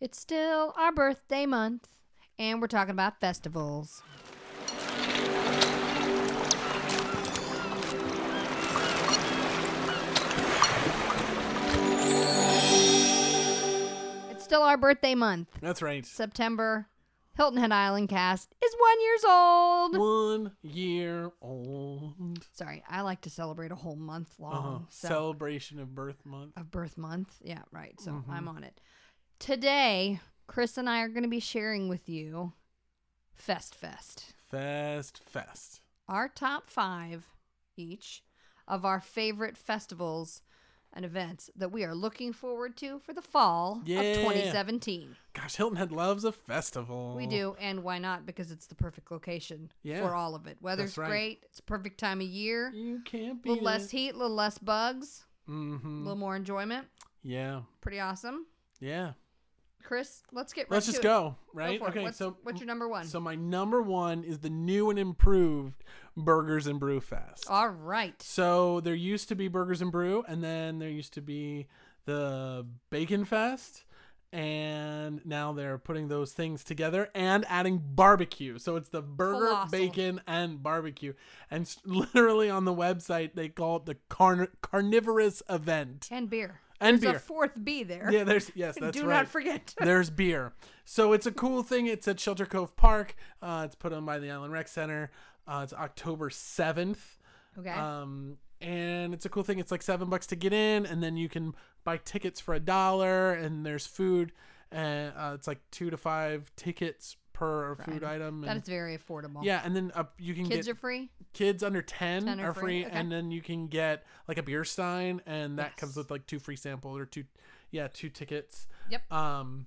It's still our birthday month, and we're talking about festivals. It's still our birthday month. That's right. September, Hilton Head Island cast is one years old. One year old. Sorry, I like to celebrate a whole month long. Uh-huh. Oh, so- Celebration of birth month. of birth month. Yeah, right. So Mm-hmm. I'm on it. Today, Chris and I are going to be sharing with you Fest Fest, Fest, fest. our top five each of our favorite festivals and events that we are looking forward to for the fall of Yeah. 2017. Gosh, Hilton Head loves a festival. We do, and why not? Because it's the perfect location Oh. Yeah. for all of it. Weather's right. great. It's a perfect time of year. A You can't be little less heat, a little less bugs, a hmm little more enjoyment. Yeah, Pretty awesome. yeah. Chris, let's get right Let's to just it. go. Right? Go for it. okay. What's, so what's your number one? So my number one is the new and improved Burgers and Brew Fest. All right. So there used to be Burgers and Brew, and then there used to be the Bacon Fest, and now they're putting those things together and adding barbecue. So it's the burger, Colossal. bacon, and barbecue. And s- literally on the website, they call it the carn- carnivorous event And beer. and There's beer. a fourth B there. yeah, there's yes, that's Do right. not forget. There's beer. So it's a cool thing. It's at Shelter Cove Park. Uh, it's put on by the Island Rec Center. Uh, it's October 7th. Okay. Um, and it's a cool thing. It's like seven bucks to get in, and then you can buy tickets for a dollar, and there's food. And uh, it's like two to five tickets per food item. that And, is very affordable. yeah, and then uh, you can Kids get are free. kids under 10, 10 are are free, free, okay. and then you can get like a beer stein and that comes Yes. with like two free samples or two yeah two tickets Yep. um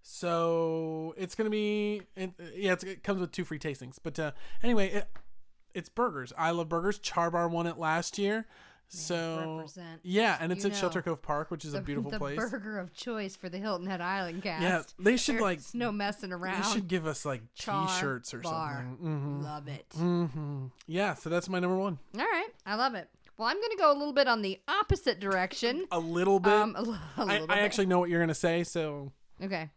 so it's gonna be it, yeah it's, it comes with two free tastings but uh anyway it, it's burgers i love burgers charbar won it last year so represent. yeah and it's You at know. shelter cove park which is a The- beautiful the place burger of choice for the Hilton Head Island cast. yeah they should There's like no messing around. they should give us like Char t-shirts or bar. something Mhm. Love it. yeah so that's my number one All right. I love it. Well, I'm going to go a little bit on the opposite direction. a little bit Um, a, l- a I, little I bit. actually know what you're gonna say, so okay.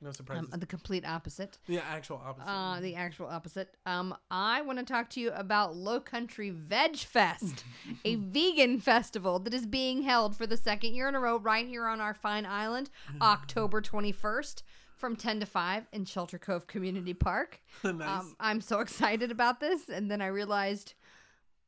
no surprises. Um, the complete opposite. the actual opposite. Uh, the actual opposite. Um, I want to talk to you about Low Country Veg Fest, a vegan festival that is being held for the second year in a row right here on our fine island, October 21st from 10 to 5 in Shelter Cove Community Park. Nice. Um, I'm so excited about this. And then I realized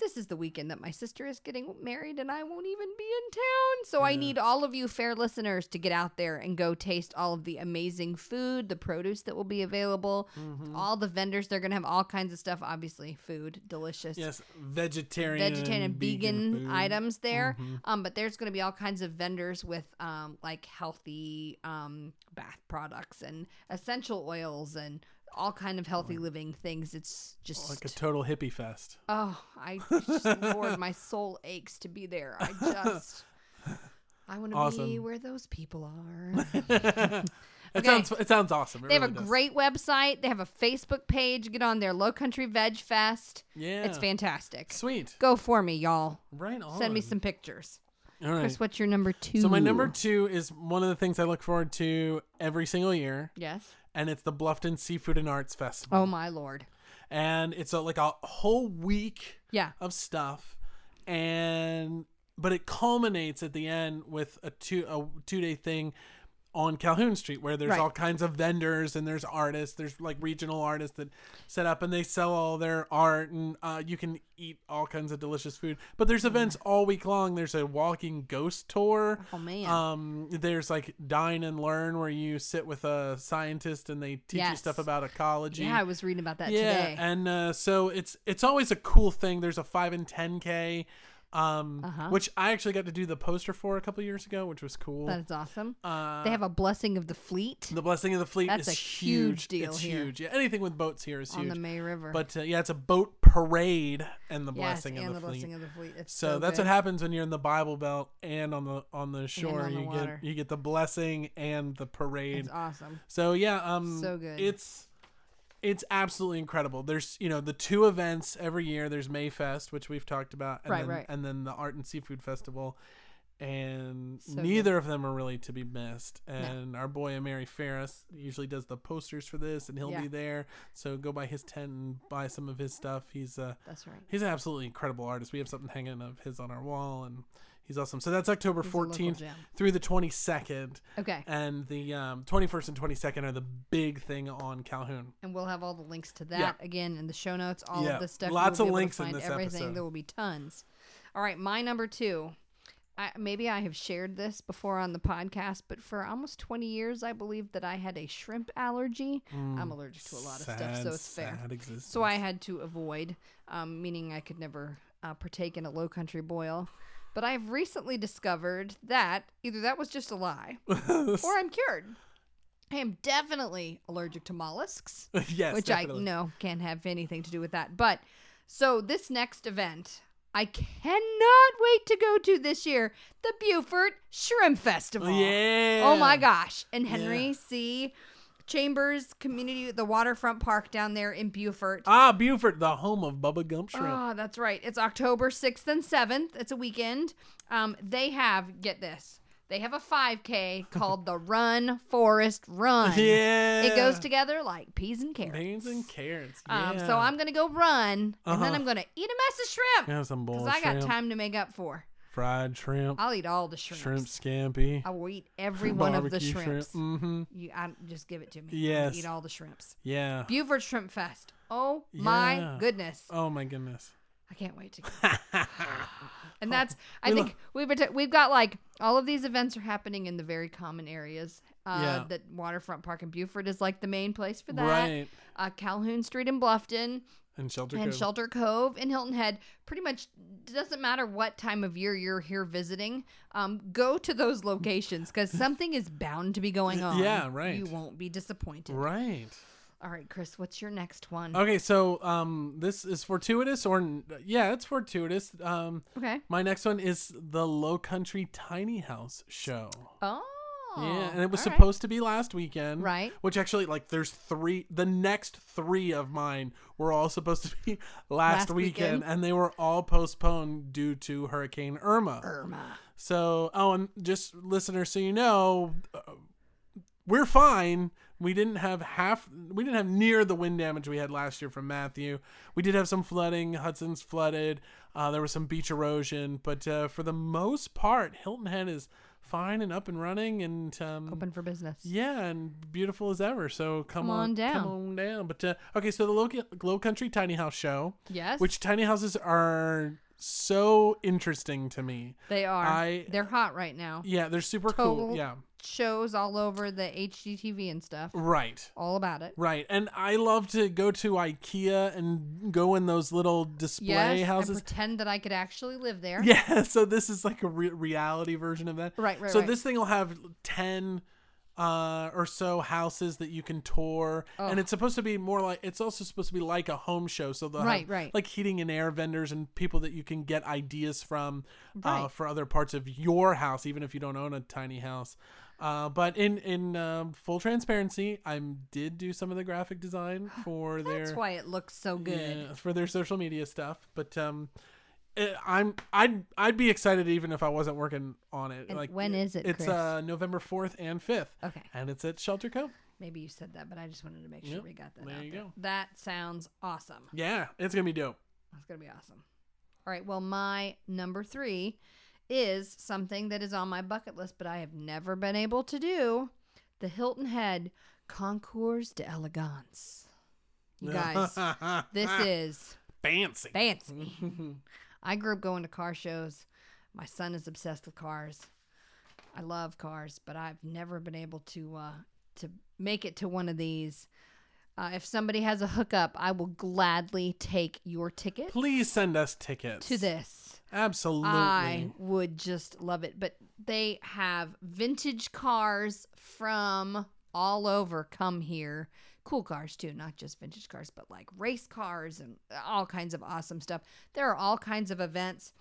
this is the weekend that my sister is getting married and I won't even be in town. So I need all of you fair listeners to get out there and go taste all of the amazing food, the produce that will be available, Mm-hmm. all the vendors. They're going to have all kinds of stuff, obviously, food, delicious yes, vegetarian, vegetarian and vegan, food. Mm-hmm. items there. Um, but there's going to be all kinds of vendors with um, like healthy um, bath products and essential oils and all kind of healthy living things. It's just Like a total hippie fest. oh, I just Lord, my soul aches to be there. I just I want to be Awesome. where those people are. It Okay. sounds it sounds awesome. It They have a really does. great website. They have a Facebook page. Get on there, Low Country Veg Fest. yeah. It's fantastic. Sweet. Go for me, y'all. Right on. Send me some pictures. All right. Chris, what's your number two? so my number two is one of the things I look forward to every single year, Yes. and it's the Bluffton Seafood and Arts Festival, Oh my lord. and it's a, like a whole week Yeah. of stuff and but it culminates at the end with a two a two day thing on Calhoun Street where there's Right. all kinds of vendors and there's artists there's like regional artists that set up and they sell all their art and uh, you can eat all kinds of delicious food but there's Mm-hmm. events all week long there's a walking ghost tour Oh man. um there's like dine and learn where you sit with a scientist and they teach you Yes. stuff about ecology yeah, I was reading about that yeah today. and uh, so it's it's always a cool thing there's a 5 and 10k um Uh-huh. which i actually got to do the poster for a couple years ago which was cool that is awesome. uh, they have a blessing of the fleet the blessing of the fleet That's is a huge deal it's here. huge yeah anything with boats here is on the huge May River. but uh, yeah it's a boat parade and the yes, blessing and of the, the, fleet blessing of the fleet. It's so, that's what happens when you're in the bible belt and on the on the shore on the you water. get you get the blessing and the parade It's awesome. so yeah, um, So good. It's it's absolutely incredible. There's you know the two events every year. There's Mayfest, which we've talked about, and Right, then, right. and then the Art and Seafood Festival, and So neither of them are really to be missed. And our boy Mary Ferris usually does the posters for this, and he'll Yeah. be there. So go by his tent and buy some of his stuff. He's uh That's right. he's an absolutely incredible artist. We have something hanging of his on our wall, and he's awesome. So that's October He's a local fourteenth gem. through the twenty second, Okay. and the um twenty first and twenty second are the big thing on Calhoun. And we'll have all the links to that again in the show notes. All Yeah. of this stuff. you Lots will of be able to links in find this everything. episode. There will be tons. All right, my number two. I, maybe I have shared this before on the podcast, but for almost 20 years, I believed that I had a shrimp allergy. I'm allergic to a lot of stuff, so it's fair. Mm, sad existence. So I had to avoid, um, meaning I could never uh, partake in a low country boil. But I've recently discovered that either that was just a lie or I'm cured. I am definitely allergic to mollusks yes, which definitely. I know can't have anything to do with that. But so this next event, I cannot wait to go to this year the Beaufort Shrimp Festival. Yeah. Oh my gosh. And Henry Yeah. C. Chambers Community, the waterfront park down there in Beaufort. Ah, Buford, the home of Bubba Gump Shrimp. Oh, that's right. It's October 6th and 7th. It's a weekend. Um, they have, get this, they have a 5K called the Run Forest Run. yeah. It goes together like peas and carrots. beans and carrots. Um, yeah. so I'm gonna go run, and Uh-huh. then I'm gonna eat a mess of shrimp Have some boiled because I got shrimp, time to make up for. fried shrimp, I'll eat all the shrimps. shrimp scampi, I will eat every one of the barbecue shrimps. Mm-hmm. You, I, just give it to me. I'll Yes. eat all the shrimps. Yeah. Buford Shrimp Fest. Oh my Yeah. goodness! Oh my goodness. I can't wait to. go. and that's I think we've been t- we've got like all of these events are happening in the very common areas. Uh, Yeah. That waterfront park in Buford is like the main place for that. Right. Uh, Calhoun Street in Bluffton. And shelter. and cove. Shelter Cove in Hilton Head. Pretty much doesn't matter what time of year you're here visiting. Um, go to those locations because something is bound to be going on. Yeah, right. You won't be disappointed. Right. All right, Chris, what's your next one? Okay, so um, this is fortuitous, or n- yeah, it's fortuitous. Um, Okay. my next one is the Low Country Tiny House show. Oh. Yeah, and it was all right. supposed to be last weekend. Right. Which actually, like, there's three, the next three of mine were all supposed to be last, Last weekend, weekend. and they were all postponed due to Hurricane Irma. Irma. So, oh, and just listeners, so you know, uh, we're fine. We didn't have half, we didn't have near the wind damage we had last year from Matthew. We did have some flooding. Hudson's flooded. Uh, there was some beach erosion, but uh, for the most part, Hilton Head is fine and up and running and um, Open for business. yeah, and beautiful as ever. So come, Come on down. come on down. But uh, okay, so the low, low country tiny house show, Yes. which tiny houses are so interesting to me. they are. I- They're hot right now. Yeah, they're super cool. Total- Yeah, Shows all over the HGTV and stuff. right. All about it. Right, and I love to go to IKEA and go in those little display Yes. and houses. pretend that I could actually live there. Yeah, so this is like a re- reality version of that. Right, right, So right. this thing will have 10 uh, or so houses that you can tour. And it's supposed to be more like, it's also supposed to be like a home show. So they'll Right, have right. like heating and air vendors and people that you can get ideas from uh, Right. for other parts of your house, even if you don't own a tiny house. Uh, but in in um, full transparency, I did do some of the graphic design for their That's why it looks so good. yeah, for their social media stuff. But um, eh, I'm I'd I'd be excited even if I wasn't working on it. And like when is it, It's Chris? uh November fourth and fifth. Okay. And it's at Shelter Cove. Maybe you said that, but I just wanted to make sure Yep, we got that there out you there. go. That sounds awesome. Yeah, it's gonna be dope. That's going to be awesome. All right. Well, my number three is something that is on my bucket list, but I have never been able to do the Hilton Head Concours d'Elegance. You guys, this is fancy. fancy. I grew up going to car shows. My son is obsessed with cars. I love cars, but I've never been able to uh, to make it to one of these. Uh, if somebody has a hookup, I will gladly take your ticket Please send us tickets to this. Absolutely. I would just love it. But they have vintage cars from all over come here. Cool cars too, not just vintage cars, but like race cars and all kinds of awesome stuff. There are all kinds of events.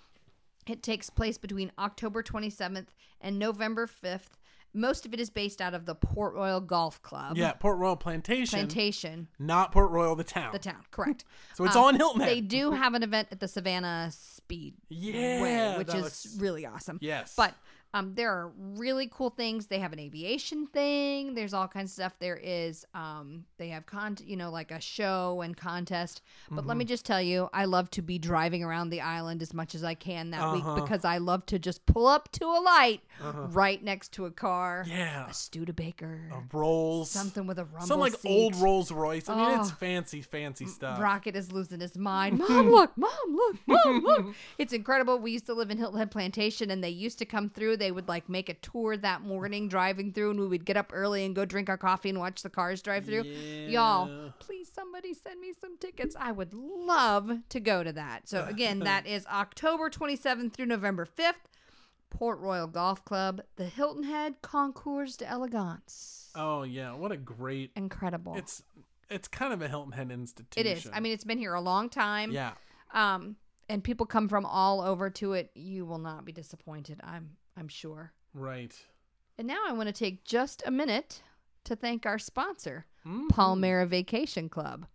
It takes place between October 27th and November 5th Most of it is based out of the Port Royal Golf Club. Yeah, Port Royal Plantation, Plantation, not Port Royal the town. the town, correct. So it's Um, on Hilton. Head. They do have an event at the Savannah Speed Yeah, way, which that is looks- really awesome. Yes. But um, there are really cool things. They have an aviation thing. There's all kinds of stuff. There is um, they have con, you know, like a show and contest. But let Mm-hmm. me just tell you, I love to be driving around the island as much as I can that Uh-huh. week because I love to just pull up to a light right next to a car, yeah, a Studebaker, Rolls, something with a rumble some like seat. old Rolls Royce. I mean, it's Oh. fancy, fancy stuff. Rocket is losing his mind. Mom, look, mom, look, mom, look. It's incredible. We used to live in Hilton Head Plantation and they used to come through. They would like make a tour that morning driving through and we would get up early and go drink our coffee and watch the cars drive through. Yeah. Y'all, please somebody send me some tickets. I would love to go to that. So again, that is October 27th through November 5th. Port Royal Golf Club, the Hilton Head Concours d'Elegance. Oh yeah, what a great. Incredible. It's it's kind of a Hilton Head It institution. is. I mean, it's been here a long time. yeah, um and people come from all over to it you will not be disappointed i'm i'm sure right. and now i want to take just a minute to thank our sponsor Mm. palmera vacation club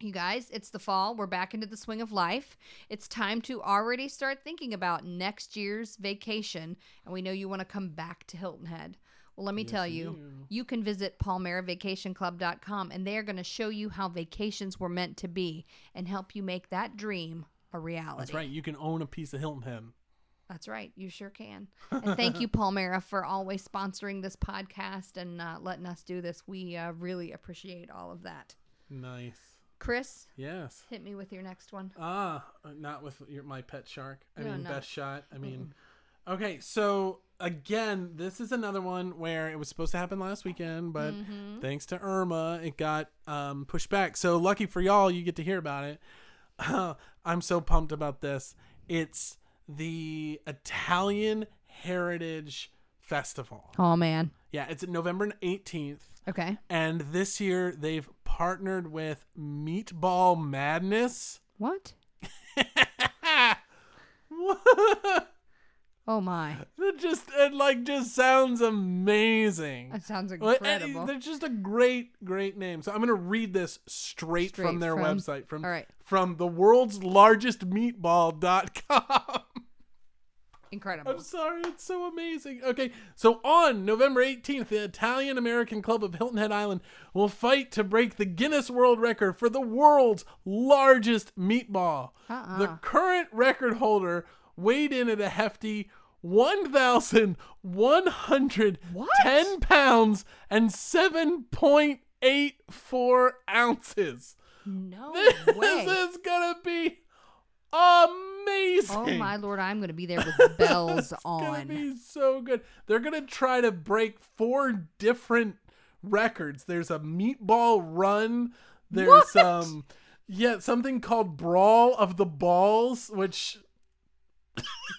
you guys, it's the fall. We're back into the swing of life. It's time to already start thinking about next year's vacation. And we know you want to come back to Hilton Head. Well, let me Yes, tell you you, do. you can visit palmeravacationclub.com and they are going to show you how vacations were meant to be and help you make that dream a reality. That's right. You can own a piece of Hilton Head. That's right. You sure can. And thank you, Palmera, for always sponsoring this podcast and uh, letting us do this. We uh, really appreciate all of that. Nice. Chris, Yes. hit me with your next one. Ah, not with your, my pet shark. I No, mean, no. best shot. I mean, okay. So again, this is another one where it was supposed to happen last weekend, but Mm-hmm. thanks to Irma, it got um, pushed back. So lucky for y'all, you get to hear about it. I'm so pumped about this. It's the Italian Heritage Festival. Oh, man. Yeah, it's November 18th. Okay. And this year they've partnered with Meatball Madness. What? that Oh, my. just it like just sounds amazing. That sounds Well, and incredible. They're just a great, great name. So I'm gonna read this straight, from Straight their from- website from all right. from the world's largest meatball.com. Incredible. I'm sorry, it's so amazing. Okay, so on November 18th, the Italian American Club of Hilton Head Island will fight to break the Guinness World Record for the world's largest meatball. Uh-uh. The current record holder weighed in at a hefty 1,110 pounds and 7.84 ounces. No way. This is gonna be amazing. Oh, my Lord. I'm going to be there with bells It's gonna on. be so good. They're gonna try to break four different records. There's a meatball run. There's What? um yeah, something called Brawl of the Balls, which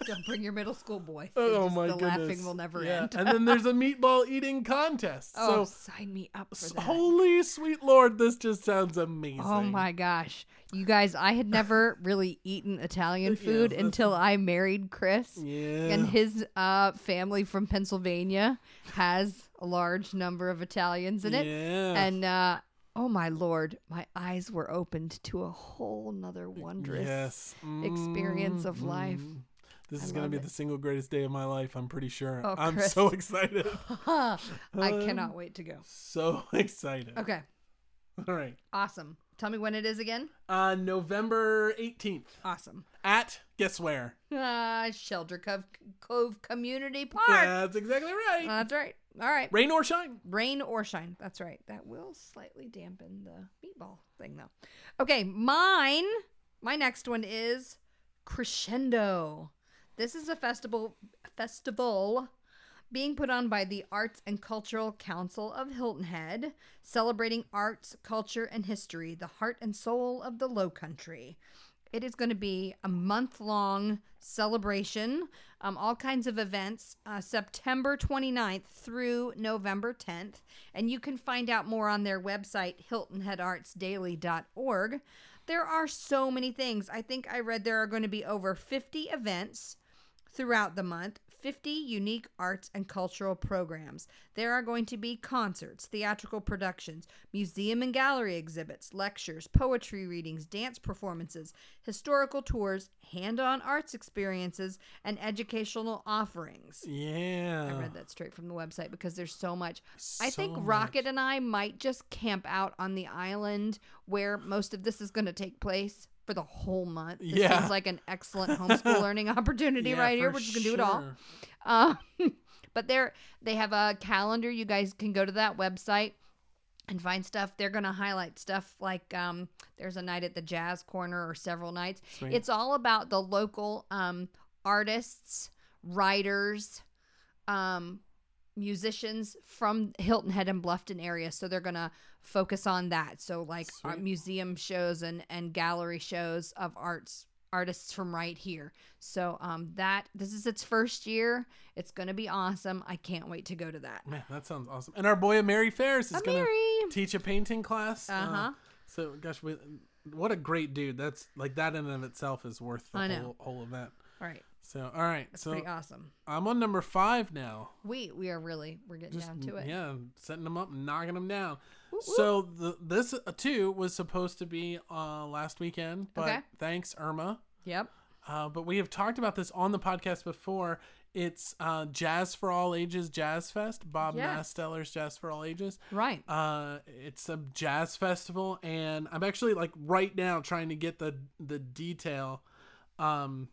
Don't bring your middle school boy. oh my the goodness. laughing will never Yeah. end. and then there's a meatball eating contest. Oh, so sign me up for that. holy sweet lord, this just sounds amazing. Oh my gosh. You guys, I had never really eaten Italian Yeah, food that's- until I married Chris. yeah. And his uh, family from Pennsylvania has a large number of Italians in it. Yeah. And uh, oh my lord, my eyes were opened to a whole nother wondrous. yes. experience of life. Mm. This I is going to love be it. the single greatest day of my life, I'm pretty sure. Oh, I'm Chris. so excited. I Uh-huh. cannot wait to go. So excited. Okay. All right. Awesome. Tell me when it is again. Uh, November 18th Awesome. at guess where? Uh, Shelter Cove, Cove Community Park. That's exactly right. That's right. All right. Rain or shine. Rain or shine. That's right. That will slightly dampen the meatball thing, though. Okay, mine. My next one is Crescendo. This is a festival festival being put on by the Arts and Cultural Council of Hilton Head, celebrating arts, culture, and history, the heart and soul of the Low Country. It is going to be a month long celebration, um, all kinds of events, uh, September 29th through November 10th. And you can find out more on their website, hiltonheadartsdaily.org. There are so many things. I think I read there are going to be over 50 events throughout the month, 50 unique arts and cultural programs. There are going to be concerts, theatrical productions, museum and gallery exhibits, lectures, poetry readings, dance performances, historical tours, hand on arts experiences, and educational offerings. Yeah. I read that straight from the website because there's so much. I So think much. Rocket and I might just camp out on the island where most of this is going to take place for the whole month. This Yeah. seems like an excellent homeschool learning opportunity Yeah, right here. for We're just going to do it all. sure. Um, but they're they have a calendar. You guys can go to that website and find stuff. They're gonna highlight stuff like um, there's a night at the Jazz Corner or several nights. Sweet. It's all about the local um, artists, writers, um, musicians from Hilton Head and Bluffton area. So they're gonna focus on that. So like uh, Sweet. museum shows and and gallery shows of arts artists from right here. So um, that this is its first year. It's gonna be awesome. I can't wait to go to that. Man, that sounds awesome. And our boy Mary Ferris is going to Mary. teach a painting class. Uh, Uh-huh. so, gosh, we, what a great dude. That's like that in and of itself is worth the I know. whole, whole event. All right. So, all right. That's so pretty awesome. I'm on number five now. We we are really we're getting down to it. Yeah, setting them up and knocking them down. So the, this uh, too was supposed to be uh, last weekend, but Okay. thanks Irma. Yep. Uh, but we have talked about this on the podcast before. It's uh, Jazz for All Ages Jazz Fest, Bob Yes. Masteller's Jazz for All Ages. Right. Uh, it's a jazz festival, and I'm actually like right now trying to get the the detail. Um,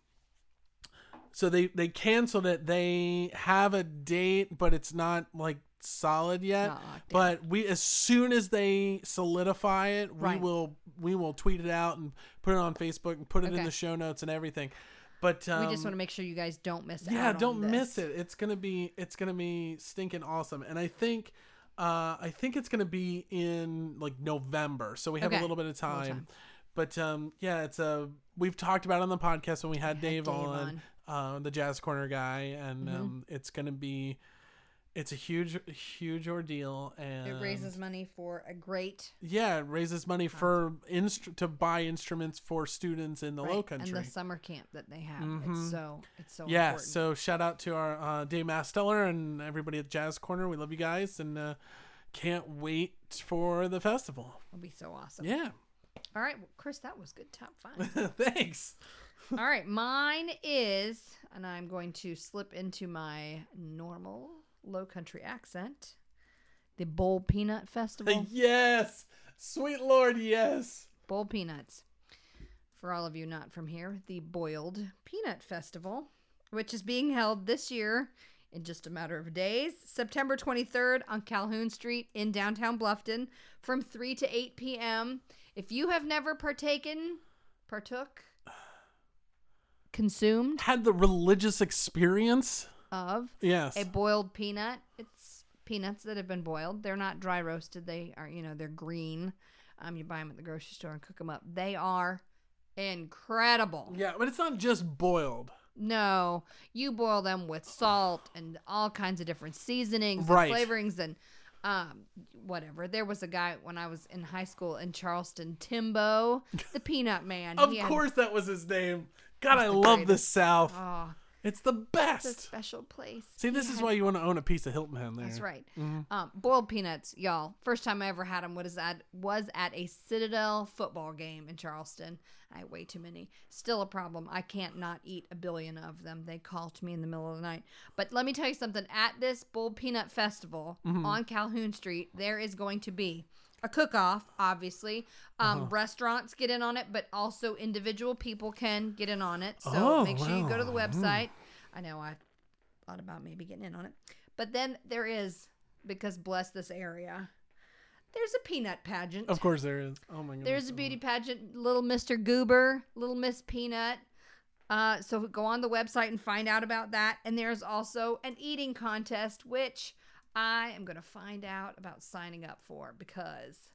so they they canceled it. They have a date, but it's not like solid yet. not locked in. but we as soon as they solidify it, Right. we will we will tweet it out and put it on Facebook and put it in Okay. the show notes and everything. But um, we just want to make sure you guys don't miss out. yeah on don't this. miss it it's gonna be it's gonna be stinking awesome and i think uh i think it's gonna be in like november so we have a Okay. little bit of little time, time. but um yeah it's a we've talked about it on the podcast when we had dave, Dave Mm-hmm. on, Uh, the jazz corner guy and um it's gonna be it's a huge huge ordeal and It raises money for a great yeah it raises money for instru- to buy instruments for students in the right, low country and the summer camp that they have. Mhm. It's so it's so yeah important. so shout out to our uh, dave masteller and everybody at jazz corner we love you guys and uh, can't wait for the festival It'll be so awesome. yeah All right, well, Chris, that was good top five. thanks All right, mine is, and I'm going to slip into my normal low country accent. The Bowl Peanut Festival. yes sweet lord yes Bowl Peanuts. For all of you not from here, the Boiled Peanut Festival, which is being held this year in just a matter of days, September 23rd on Calhoun Street in downtown Bluffton from 3 to 8 p.m. If you have never partaken, partook, consumed had the religious experience of yes a boiled peanut. It's peanuts that have been boiled. They're not dry roasted. They are, you know, they're green. Um, you buy them at the grocery store and cook them up. They are incredible. yeah but it's not just boiled No, you boil them with salt and all kinds of different seasonings, Right. and flavorings, and um, whatever. There was a guy when I was in high school in Charleston, Timbo, the Peanut Man. of He had- course that was his name god i the love the greatest. south oh, it's the best it's a special place. see He this is had- why you want to own a piece of hilton head there Mm-hmm. That's right. Um, boiled peanuts, y'all. First time I ever had them was at was at a Citadel football game in Charleston. I had way too many. Still a problem. I can't not eat a billion of them. They called me in the middle of the night. But let me tell you something. At this boiled peanut festival Mm-hmm. on Calhoun Street, there is going to be a cook-off. Obviously, um, Uh-huh. restaurants get in on it, but also individual people can get in on it. So Oh, make sure you go to the wow. Mm. website. I know I thought about maybe getting in on it. But then there is, because bless this area, there's a peanut pageant. of course there is oh my god There's a beauty pageant, little Mr. Goober, little Miss Peanut. Uh, so go on the website and find out about that. And there's also an eating contest, which I am going to find out about signing up for because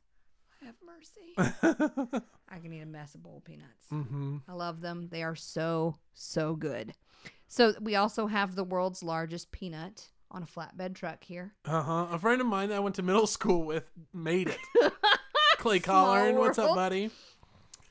I have mercy. I can eat a mess of bowl peanuts. mm-hmm. I love them. They are so, so good. So we also have the world's largest peanut on a flatbed truck here. Uh huh. A friend of mine that I went to middle school with made it. Clay Small Collard, what's up, world. buddy?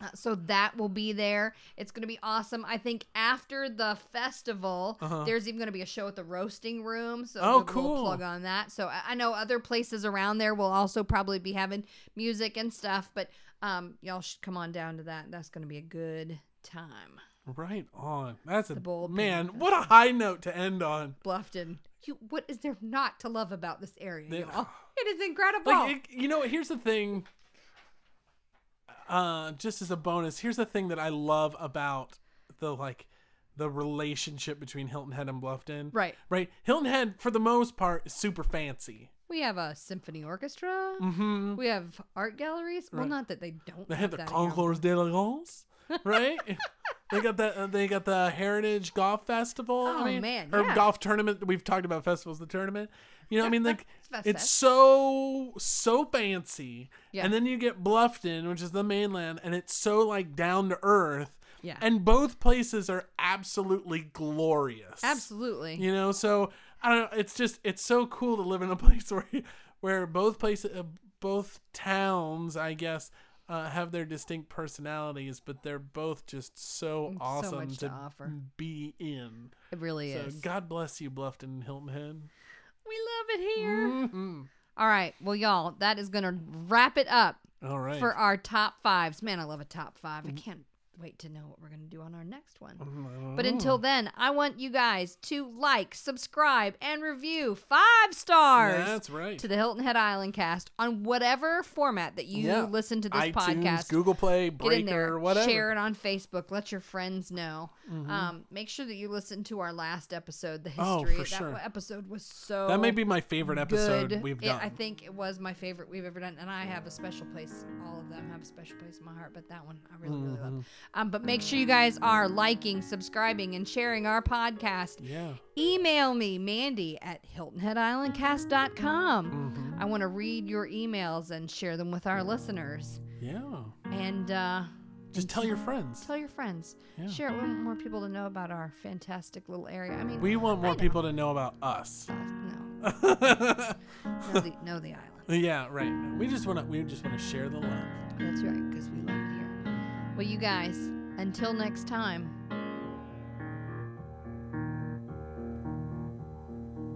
Uh, so that will be there. It's going to be awesome. I think after the festival, there's even going to be a show at the Roasting Room. So Uh-huh. Oh, we'll- we'll cool. plug on that. So I, I know other places around there will also probably be having music and stuff, but um, y'all should come on down to that. That's going to be a good time. Right on. That's a bold man. peak. What a high note to end on. Bluffton. You, what is there not to love about this area, There- y'all? It is incredible. Like it, you know, here's the thing. Uh, just as a bonus, here's the thing that I love about the like the relationship between Hilton Head and Bluffton. Right. Right. Hilton Head, for the most part, is super fancy. we have a symphony orchestra. Mm-hmm. We have art galleries. Well, Right. not that they don't. They have the that here. Concours d'Elegance, right? they got the uh, they got the Heritage Golf Festival. Oh, I mean, man, or yeah. golf tournament. We've talked about festivals, the tournament. You know, what I mean, like Fest it's Fest. so so fancy. Yeah. And then you get Bluffton, which is the mainland, and it's so like down to earth. Yeah. And both places are absolutely glorious. Absolutely. You know, so I don't know. It's just it's so cool to live in a place where where both places, uh, both towns, I guess, uh, have their distinct personalities, but they're both just so awesome Mm, much to offer. be in. It really So is. God bless you, Bluffton and Hilton Head. We love it here. Mm-hmm. All right. Well, y'all, that is going to wrap it up All right. Mm-hmm. for our top fives. Man, I love a top five. I can't wait to know what we're going to do on our next one. But until then, I want you guys to like, subscribe, and review five stars. That's right. To the Hilton Head Island cast on whatever format that you Yeah. listen to this iTunes, podcast. Google Play, Get in there, Breaker, whatever. Mm-hmm. share it on Facebook, let your friends know. Um, make sure that you listen to our last episode, the Oh, history. for that sure. episode was so That may be my favorite episode good. we've It- done. I think it was my favorite we've ever done, and I have a special place. All of them have a special place in my heart, but that one I really, really love. Mm-hmm. Um, but make sure you guys are liking, subscribing, and sharing our podcast. yeah. Email me, Mandy at Mm-hmm. HiltonHeadIslandCast.com. I want to read your emails and share them with our listeners. Yeah. And uh, Just tell your friends. tell your friends, Yeah. share it. We want more people to know about our fantastic little area. I mean, We want I more know. people to know about us. uh, no, know the, know the island. Yeah, right. We just want to we just want to share the love. That's right, because we love it here. Well, you guys, until next time.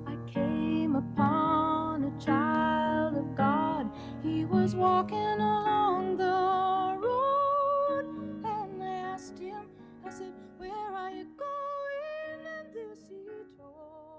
I came upon a child of God. He was walking along the road, and I asked him, I said, Where are you going? And this he told.